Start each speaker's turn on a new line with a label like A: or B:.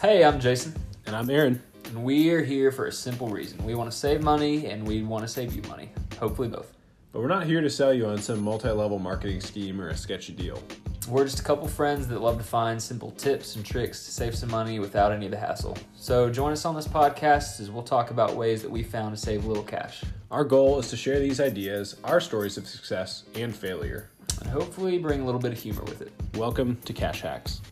A: Hey, I'm Jason,
B: And I'm Aaron.
A: and we're here for a simple reason. We want to save money and we want to save you money. Hopefully, both.
B: But we're not here to sell you on some multi level marketing scheme or a sketchy deal.
A: We're just a couple friends that love to find simple tips and tricks to save some money without any of the hassle. So, join us on this podcast as we'll talk about ways that we found to save a little cash.
B: Our goal is to share these ideas, our stories of success and failure.
A: And hopefully, bring a little bit of humor with it.
B: Welcome to Cash Hacks.